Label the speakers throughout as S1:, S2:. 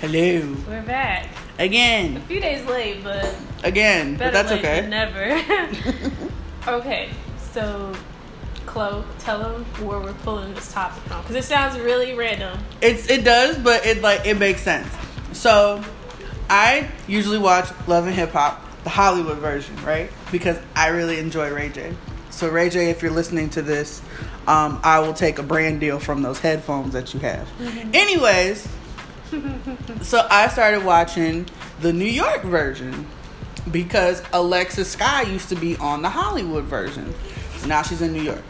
S1: Hello.
S2: We're back. A
S1: Again.
S2: few days late, but
S1: Again.
S2: better
S1: But that's
S2: late than
S1: okay.
S2: never. okay, so Chloe, tell them where we're pulling this topic from because it sounds really random.
S1: it's it does, but it like it makes sense. So I usually watch Love and Hip Hop, the Hollywood version, right? Because I really enjoy Ray J. So Ray J, if you're listening to this, um, I will take a brand deal from those headphones that you have. Anyways, so I started watching the New York version because Alexa Sky used to be on the Hollywood version. Now she's in New York.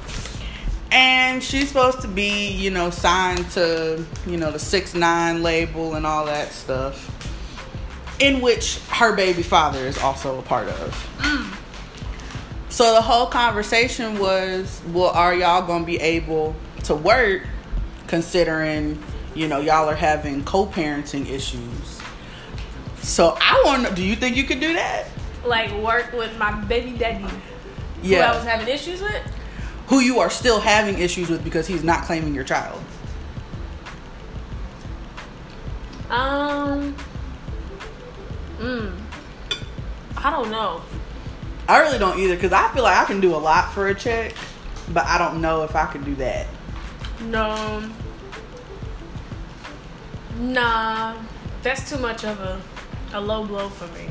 S1: And she's supposed to be, you know, signed to, you know, the six nine label and all that stuff. In which her baby father is also a part of. So the whole conversation was, well, are y'all gonna be able to work considering, you know, y'all are having co parenting issues? So I wanna do you think you could do that?
S2: Like work with my baby daddy, who I was having issues with.
S1: who you are still having issues with because he's not claiming your child.
S2: Um, mm, I don't know.
S1: I really don't either because I feel like I can do a lot for a check, but I don't know if I can do that.
S2: No. Nah, that's too much of a, a low blow for me.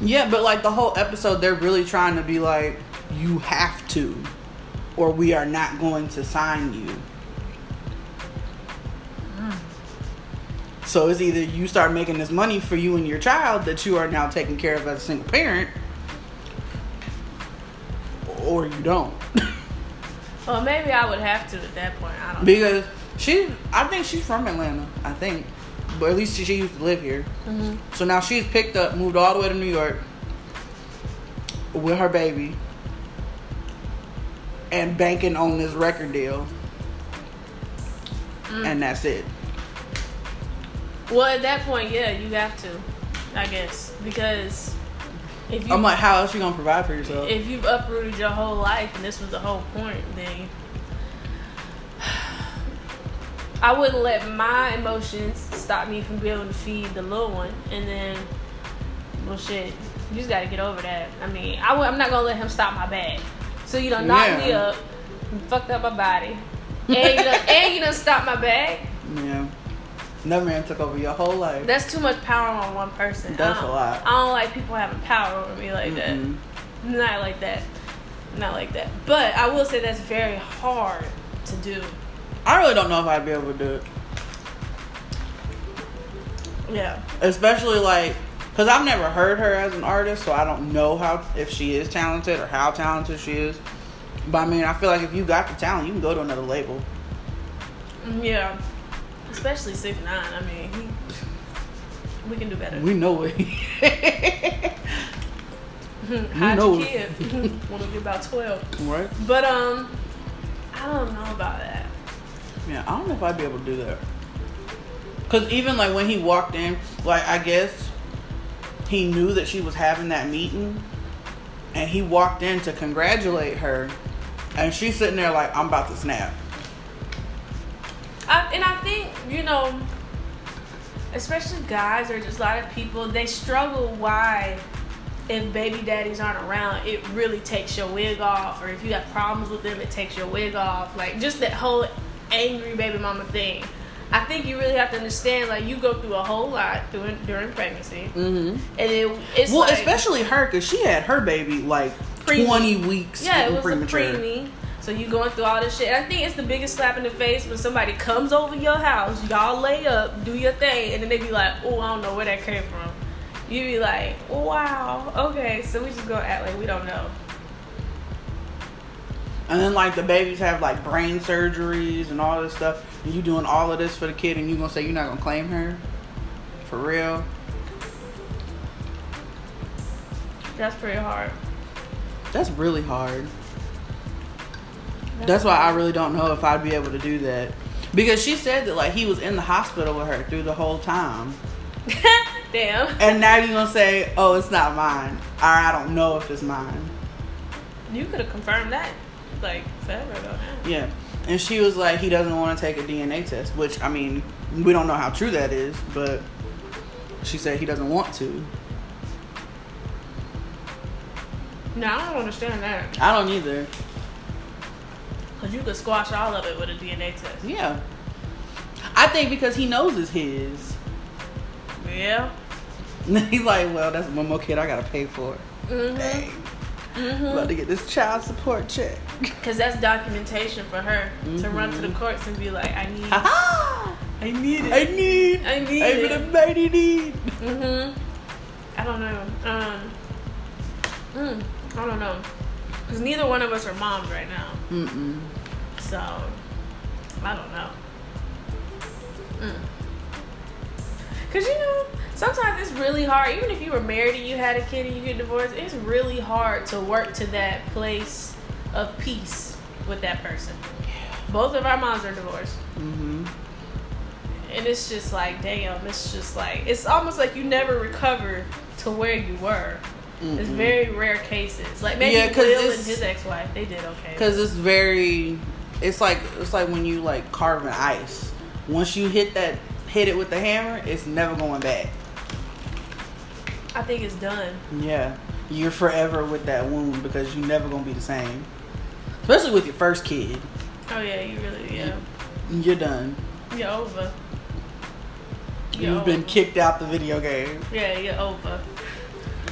S1: Yeah, but like the whole episode, they're really trying to be like, you have to, or we are not going to sign you. So it's either you start making this money for you and your child that you are now taking care of as a single parent, or you don't.
S2: Well, maybe I would have to at that point. I don't know.
S1: Because she, I think she's from Atlanta. I think, but at least she, she used to live here. So now she's picked up, moved all the way to New York with her baby, and banking on this record deal. And that's it.
S2: Well, at that point, yeah, you have to, I guess, because if you
S1: I'm like, how else you gonna provide for yourself?
S2: if you've uprooted your whole life and this was the whole point, then I wouldn't let my emotions stop me from being able to feed the little one, and then well, shit, you just gotta get over that. I mean, I w- I'm not gonna let him stop my bag. So you done knocked me
S1: Yeah.
S2: up, you fucked up my body, and you done, and you done stopped my bag.
S1: yeah, another man took over your whole life.
S2: That's too much power on one person. I
S1: That's a
S2: don't-
S1: lot.
S2: I don't like people having power over me like
S1: Mm-mm.
S2: that. Not like that. Not like that. But I will say that's very hard to do.
S1: I really don't know if I'd be able to do it.
S2: Yeah.
S1: especially like because i've never heard her as an artist so i don't know how if she is talented or how talented she is but i mean i feel like if you got the talent you can go to another label
S2: Mm, Yeah. Especially six nine. I mean, he, we can do better.
S1: we know it
S2: Hide
S1: know.
S2: your kid when we get about twelve.
S1: right
S2: But um, I don't know about that.
S1: yeah i don't know if i'd be able to do that because even like when he walked in like i guess he knew that she was having that meeting and he walked in to congratulate her and she's sitting there like i'm about to snap
S2: I, and I think you know, especially guys or just a lot of people, they struggle why if baby daddies aren't around, it really takes your wig off, or if you have problems with them, it takes your wig off. Like just that whole angry baby mama thing. I think you really have to understand, like you go through a whole lot during during pregnancy,
S1: mm-hmm
S2: and it, it's
S1: Well,
S2: like,
S1: especially her, because she had her baby like
S2: Preemie.
S1: 20 weeks
S2: yeah, it was
S1: premature.
S2: a preemie. So you going through all this shit. I think it's the biggest slap in the face when somebody comes over your house, y'all lay up, do your thing, and then they be like, "Oh, I don't know where that came from." You be like, "Wow, okay." So we just gonna act like we don't know.
S1: And then like the babies have like brain surgeries and all this stuff. And you doing all of this for the kid, and you gonna say you're not gonna claim her? For real?
S2: That's pretty hard.
S1: That's really hard. That's why I really don't know if I'd be able to do that. Because she said that like he was in the hospital with her through the whole time.
S2: Damn,
S1: And now you're gonna say, Oh, it's not mine. Or I don't know if it's mine.
S2: you could have confirmed that like forever ago. now.
S1: Yeah. And she was like, he doesn't want to take a DNA test, which, I mean, we don't know how true that is, but She said he doesn't want to.
S2: No, I don't understand that.
S1: I don't either.
S2: Cause you could squash all of it with a DNA test.
S1: Yeah. I think because he knows it's his.
S2: Yeah.
S1: He's like, well, that's one more kid I gotta pay for.
S2: Mhm.
S1: Dang. About
S2: Mhm.
S1: to get this child support check.
S2: Cause that's documentation for her to run to the courts and be like, I need,
S1: I
S2: I need it.
S1: need.
S2: I need
S1: I'm
S2: it.
S1: in a mighty need.
S2: Mhm. I don't know. Um. Mm, I don't know. Cause neither one of us are moms right now,
S1: Mm-mm.
S2: so I don't know. Mm. Cause you know, sometimes it's really hard. Even if you were married and you had a kid and you get divorced, it's really hard to work to that place of peace with that person. Both of our moms are divorced.
S1: Mm-hmm.
S2: And it's just like, damn, it's just like, it's almost like you never recover to where you were. It's very rare cases. Like maybe
S1: Mm-hmm. Yeah, 'cause
S2: Will and
S1: it's-
S2: his ex wife, they did okay.
S1: Cause it's very, it's like it's like when you like carving ice. Once you hit that, hit it with the hammer, it's never going back.
S2: I think it's done.
S1: Yeah, you're forever with that wound because you're never gonna be the same. Especially with your first kid,
S2: Oh, yeah, you really, yeah.
S1: you're done.
S2: You're over. You're
S1: You've been
S2: over.
S1: kicked out the video game.
S2: Yeah, you're over.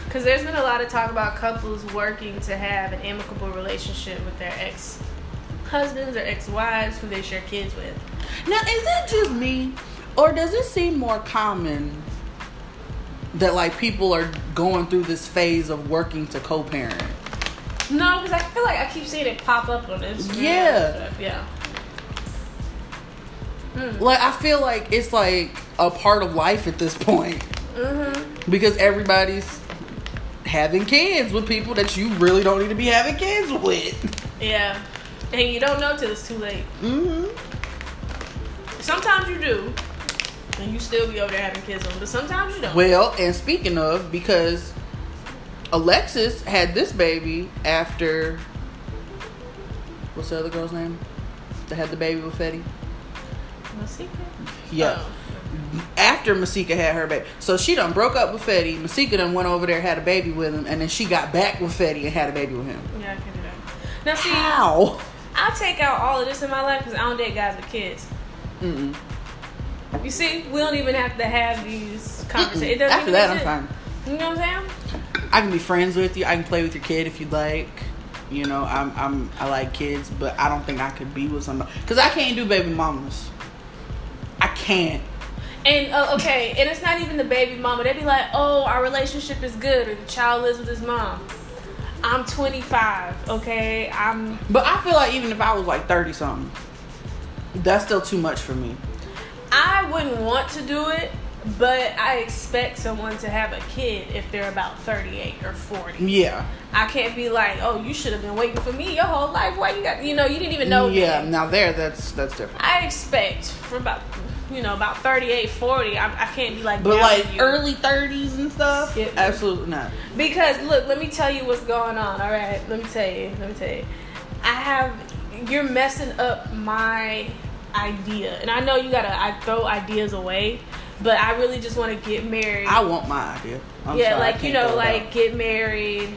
S2: Because there's been a lot of talk about couples working to have an amicable relationship with their ex husbands or ex wives who they share kids with.
S1: Now, is that just me, or does it seem more common that like people are going through this phase of working to co-parent?
S2: No, because I feel like I keep seeing it pop up on Instagram.
S1: Yeah.
S2: Yeah. Mm,
S1: Like, I feel like it's like a part of life at this point
S2: Mm-hmm.
S1: because everybody's having kids with people that you really don't need to be having kids with.
S2: Yeah. And you don't know till it's too late.
S1: hmm
S2: Sometimes you do, and you still be over there having kids on, but sometimes you don't.
S1: Well, and speaking of, because Alexis had this baby after what's the other girl's name that had the baby with Fetty?
S2: No secret.
S1: Yeah.
S2: Oh.
S1: after Masika had her baby. So she done broke up with Fetty. Masika done went over there, had a baby with him, and then she got back with Fetty and had a baby with him.
S2: Yeah, I can do that. Now, see,
S1: How?
S2: I'll take out all of this in my life because I don't date guys with kids.
S1: Mm-mm.
S2: You see, we don't even have to have these conversations. It doesn't
S1: After
S2: even
S1: that, I'm
S2: exist.
S1: fine.
S2: You know what I'm saying?
S1: I can be friends with you. I can play with your kid if you'd like. You know, I'm I'm I like kids, but I don't think I could be with somebody because I can't do baby mamas. I can't.
S2: And uh, okay, and it's not even the baby mama. They be like, oh, our relationship is good, or the child lives with his mom. I'm 25, okay? I'm
S1: But I feel like even if I was like thirty something, that's still too much for me.
S2: I wouldn't want to do it, but I expect someone to have a kid if they're about 38 or 40.
S1: Yeah.
S2: I can't be like, oh, you should have been waiting for me your whole life. Why you got, you know, you didn't even know. me."
S1: Yeah. Now there, that's that's different.
S2: I expect from about, you know, about 38, 40, I, I can't be like,
S1: But
S2: now
S1: like
S2: you.
S1: early thirties and stuff,
S2: Skip.
S1: absolutely not.
S2: Because look, let me tell you what's going on. All right, let me tell you. Let me tell you. I have you're messing up my idea, and I know you gotta I throw ideas away, but I really just want to get married.
S1: I want my idea. I'm
S2: yeah,
S1: sorry, I
S2: like you
S1: can't
S2: know,
S1: go
S2: like
S1: without.
S2: get married,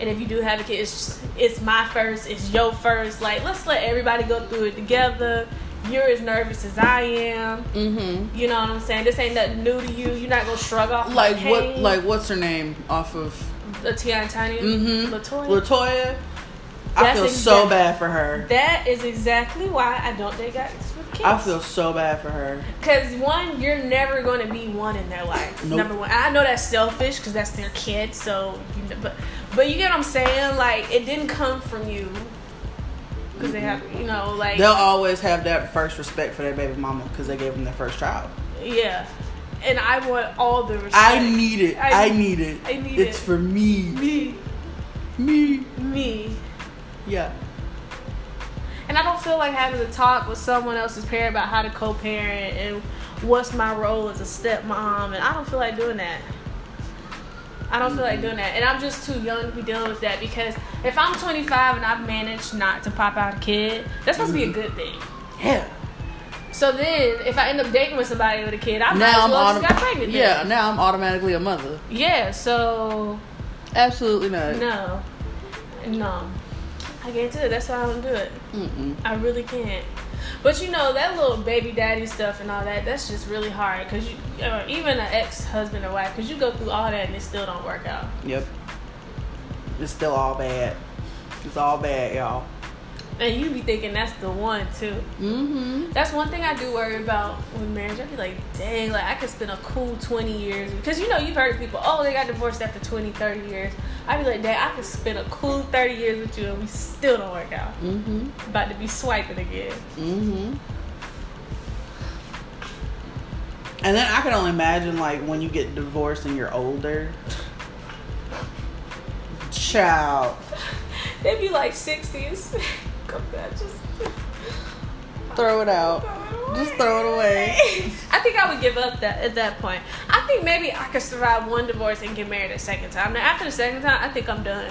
S2: and if you do have a kid, it's just, it's my first, it's your first. Like let's let everybody go through it together. You're as nervous as I am.
S1: Mhm.
S2: You know what I'm saying? This ain't nothing new to you. You're not gonna shrug off. my
S1: Like what?
S2: pain.
S1: Like what's her name off of
S2: the Tiana Tiny
S1: Mhm.
S2: Latoya.
S1: Latoya? I
S2: That's
S1: feel so
S2: exact-
S1: bad for her.
S2: That is exactly why I don't date guys with kids.
S1: I feel so bad for her.
S2: because one, you're never going to be one in their life.
S1: Nope.
S2: Number one, I know that's selfish because that's their kid. So, you know, but but you get what I'm saying? Like it didn't come from you because they have you know like
S1: They'll always have that first respect for their baby mama because they gave them their first child.
S2: yeah. And I want all the respect.
S1: I need it.
S2: I-
S1: I, need it.
S2: I need
S1: it's
S2: it.
S1: for me.
S2: me
S1: Me.
S2: me.
S1: Yeah.
S2: And I don't feel like having to talk with someone else's parent about how to co-parent and what's my role as a stepmom. And I don't feel like doing that. I don't feel like doing that. And I'm just too young to be dealing with that because if I'm
S1: Mm-hmm.
S2: 25 and I've managed not to pop out a kid, that's supposed to be a good thing.
S1: Yeah.
S2: So then, if I end up dating with somebody with a kid, I might
S1: now
S2: as
S1: I'm
S2: well just
S1: autom-
S2: got pregnant. then.
S1: Yeah, now I'm automatically a mother.
S2: Yeah. So
S1: Absolutely not.
S2: no, no, I can't do it. That's why I don't do it.
S1: Mm-mm.
S2: I really can't. But you know that little baby daddy stuff and all that—that's just really hard because you, or even an ex-husband or wife, because you go through all that and it still don't work out.
S1: Yep. It's still all bad. It's all bad, y'all.
S2: And you be thinking that's the one too.
S1: Mm-hmm.
S2: That's one thing I do worry about with marriage. I be like, dang, like I could spend a cool 20 years because you know you've heard of people, oh, they got divorced after 20, 30 years. I be like, dang, I could spend a cool 30 years with you and we still don't work out.
S1: Mm-hmm.
S2: About to be swiping again.
S1: Mm-hmm. And then I can only imagine like when you get divorced and you're older. Child.
S2: They be like 60s. Come back, just
S1: Throw it out.
S2: throw it
S1: Just throw it away.
S2: I think I would give up that at that point. I think maybe I could survive one divorce and get married a second time. Now after the second time, I think I'm done.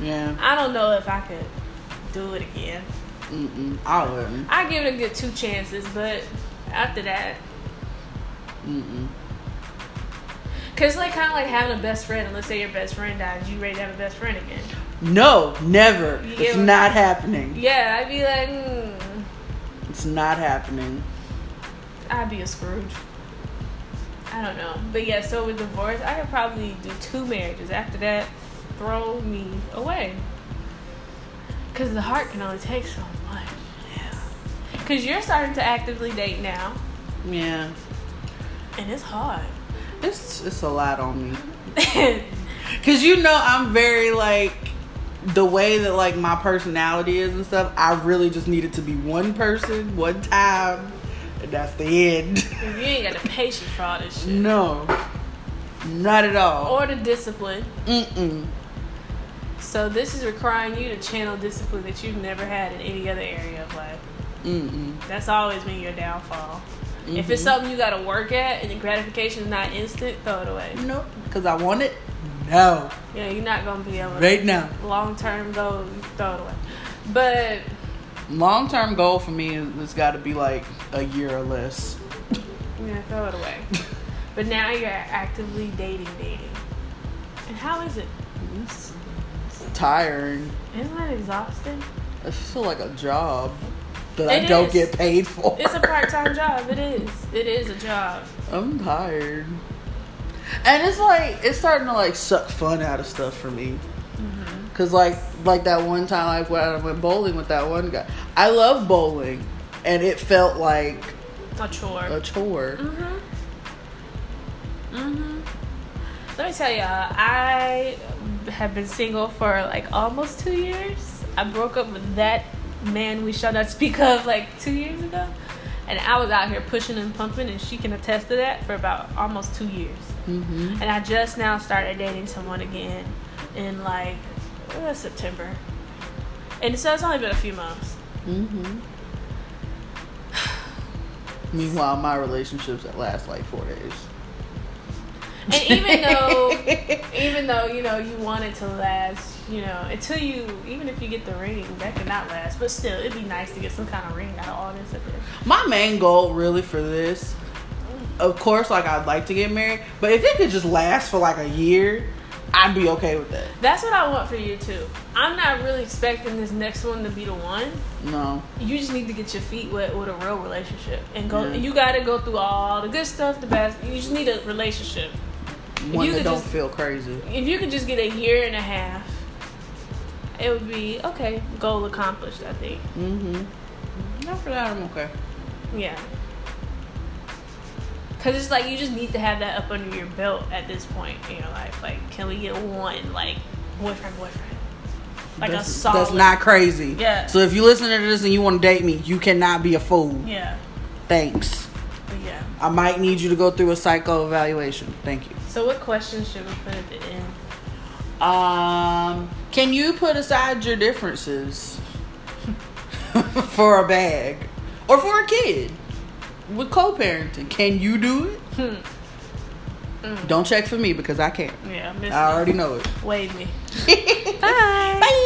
S1: Yeah.
S2: I don't know if I could do it again.
S1: Mm-mm. I wouldn't.
S2: I give it a good two chances, but after that,
S1: Mm-mm.
S2: cause like kind of like having a best friend. And let's say your best friend dies, you ready to have a best friend again?
S1: No, never.
S2: You
S1: It's
S2: get-
S1: not happening.
S2: Yeah, I'd be like, mm,
S1: It's not happening.
S2: I'd be a Scrooge. I don't know, but yeah. So with divorce, I could probably do two marriages. After that, throw me away. Cause the heart can only take so much. Cause you're starting to actively date now,
S1: Yeah.
S2: and it's hard.
S1: It's it's a lot on me. Cause you know I'm very like the way that like my personality is and stuff. I really just need it to be one person, one time, and that's the end.
S2: you ain't got the patience for all this shit.
S1: no, not at all.
S2: or the discipline.
S1: Mm-mm.
S2: So this is requiring you to channel discipline that you've never had in any other area of life.
S1: Mm-mm.
S2: That's always been your downfall. If it's
S1: Mhm.
S2: something you gotta work at and the gratification is not instant, throw it away.
S1: Nope. Cause I want it. No,
S2: Yeah, you're not gonna be able
S1: right now.
S2: to long term goal, throw it away. But
S1: Long term goal for me is has got to be like a year or less.
S2: yeah, throw it away. but now you're actively dating dating. And how is it?
S1: It's, it's tiring.
S2: Isn't that exhausting?
S1: I feel like a job that I
S2: It
S1: don't
S2: is.
S1: get paid for.
S2: It's a part time job. It is. It is a job.
S1: I'm tired. And it's like it's starting to like suck fun out of stuff for me. Cause like like that one time like when I went bowling with that one guy. I love bowling, and it felt like
S2: A chore.
S1: a chore.
S2: Mm-hmm. Mm-hmm. Let me tell y'all, I have been single for like almost two years. I broke up with that man we shall not speak of like two years ago. And I was out here pushing and pumping, and she can attest to that for about almost two years.
S1: Mm-hmm.
S2: And I just now started dating someone again in like uh, September. And so it's only been a few months.
S1: Mm-hmm. Meanwhile, my relationships that last like four days.
S2: And even though even though you know you want it to last you know until you even if you get the ring that could not last but still it'd be nice to get some kind of ring out of all this at this.
S1: My main goal really for this, of course, like I'd like to get married, but if it could just last for like a year, I'd be okay with that.
S2: that's what i want for you too i'm not really expecting this next one to be the one
S1: No.
S2: you just need to get your feet wet with a real relationship and go
S1: Yeah.
S2: you gotta go through all the good stuff the bad you just need a relationship
S1: One
S2: you
S1: that
S2: could
S1: don't
S2: just-
S1: feel crazy.
S2: if you could just get a year and a half it would be okay goal accomplished i think
S1: Mm-hmm. Not for that, I'm okay.
S2: Yeah. Cause it's like you just need to have that up under your belt at this point in your life. Like, can we get one like boyfriend, boyfriend, like
S1: that's,
S2: a solid?
S1: That's not crazy.
S2: Yeah.
S1: So if you listen to this and you want to date me, you cannot be a fool.
S2: Yeah,
S1: Thanks.
S2: yeah.
S1: I might need you to go through a psycho evaluation. Thank you.
S2: So, what questions should we put at the end?
S1: Um, can you put aside your differences for a bag or for a kid with co-parenting? Can you do it?
S2: Hmm. Mm.
S1: Don't check for me because I can't.
S2: Yeah, miss
S1: I already know it.
S2: wave me.
S1: Bye.